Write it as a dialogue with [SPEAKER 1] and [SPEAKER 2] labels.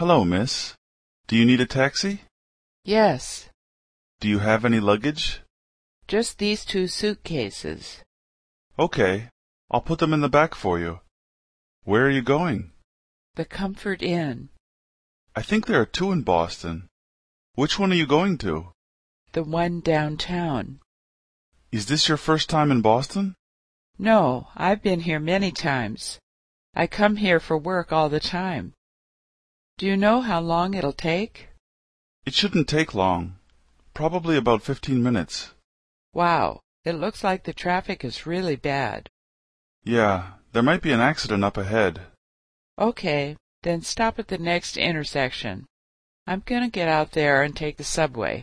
[SPEAKER 1] Hello, miss. Do you need a taxi?
[SPEAKER 2] Yes,
[SPEAKER 1] Do you have any luggage?
[SPEAKER 2] just these two suitcases.
[SPEAKER 1] Okay. I'll put them in the back for you. Where are you going?
[SPEAKER 2] The Comfort Inn,
[SPEAKER 1] I think there are two in Boston. Which one are you going to?
[SPEAKER 2] the one downtown.
[SPEAKER 1] Is this your first time in Boston?
[SPEAKER 2] No, I've been here many times. I come here for work all the time. Do you know how long it'll take?
[SPEAKER 1] It shouldn't take long. Probably about 15 minutes.
[SPEAKER 2] Wow, it looks like the traffic is really bad.
[SPEAKER 1] Yeah, there might be an accident up ahead.
[SPEAKER 2] Okay, then stop at the next intersection. I'm gonna get out there and take the subway.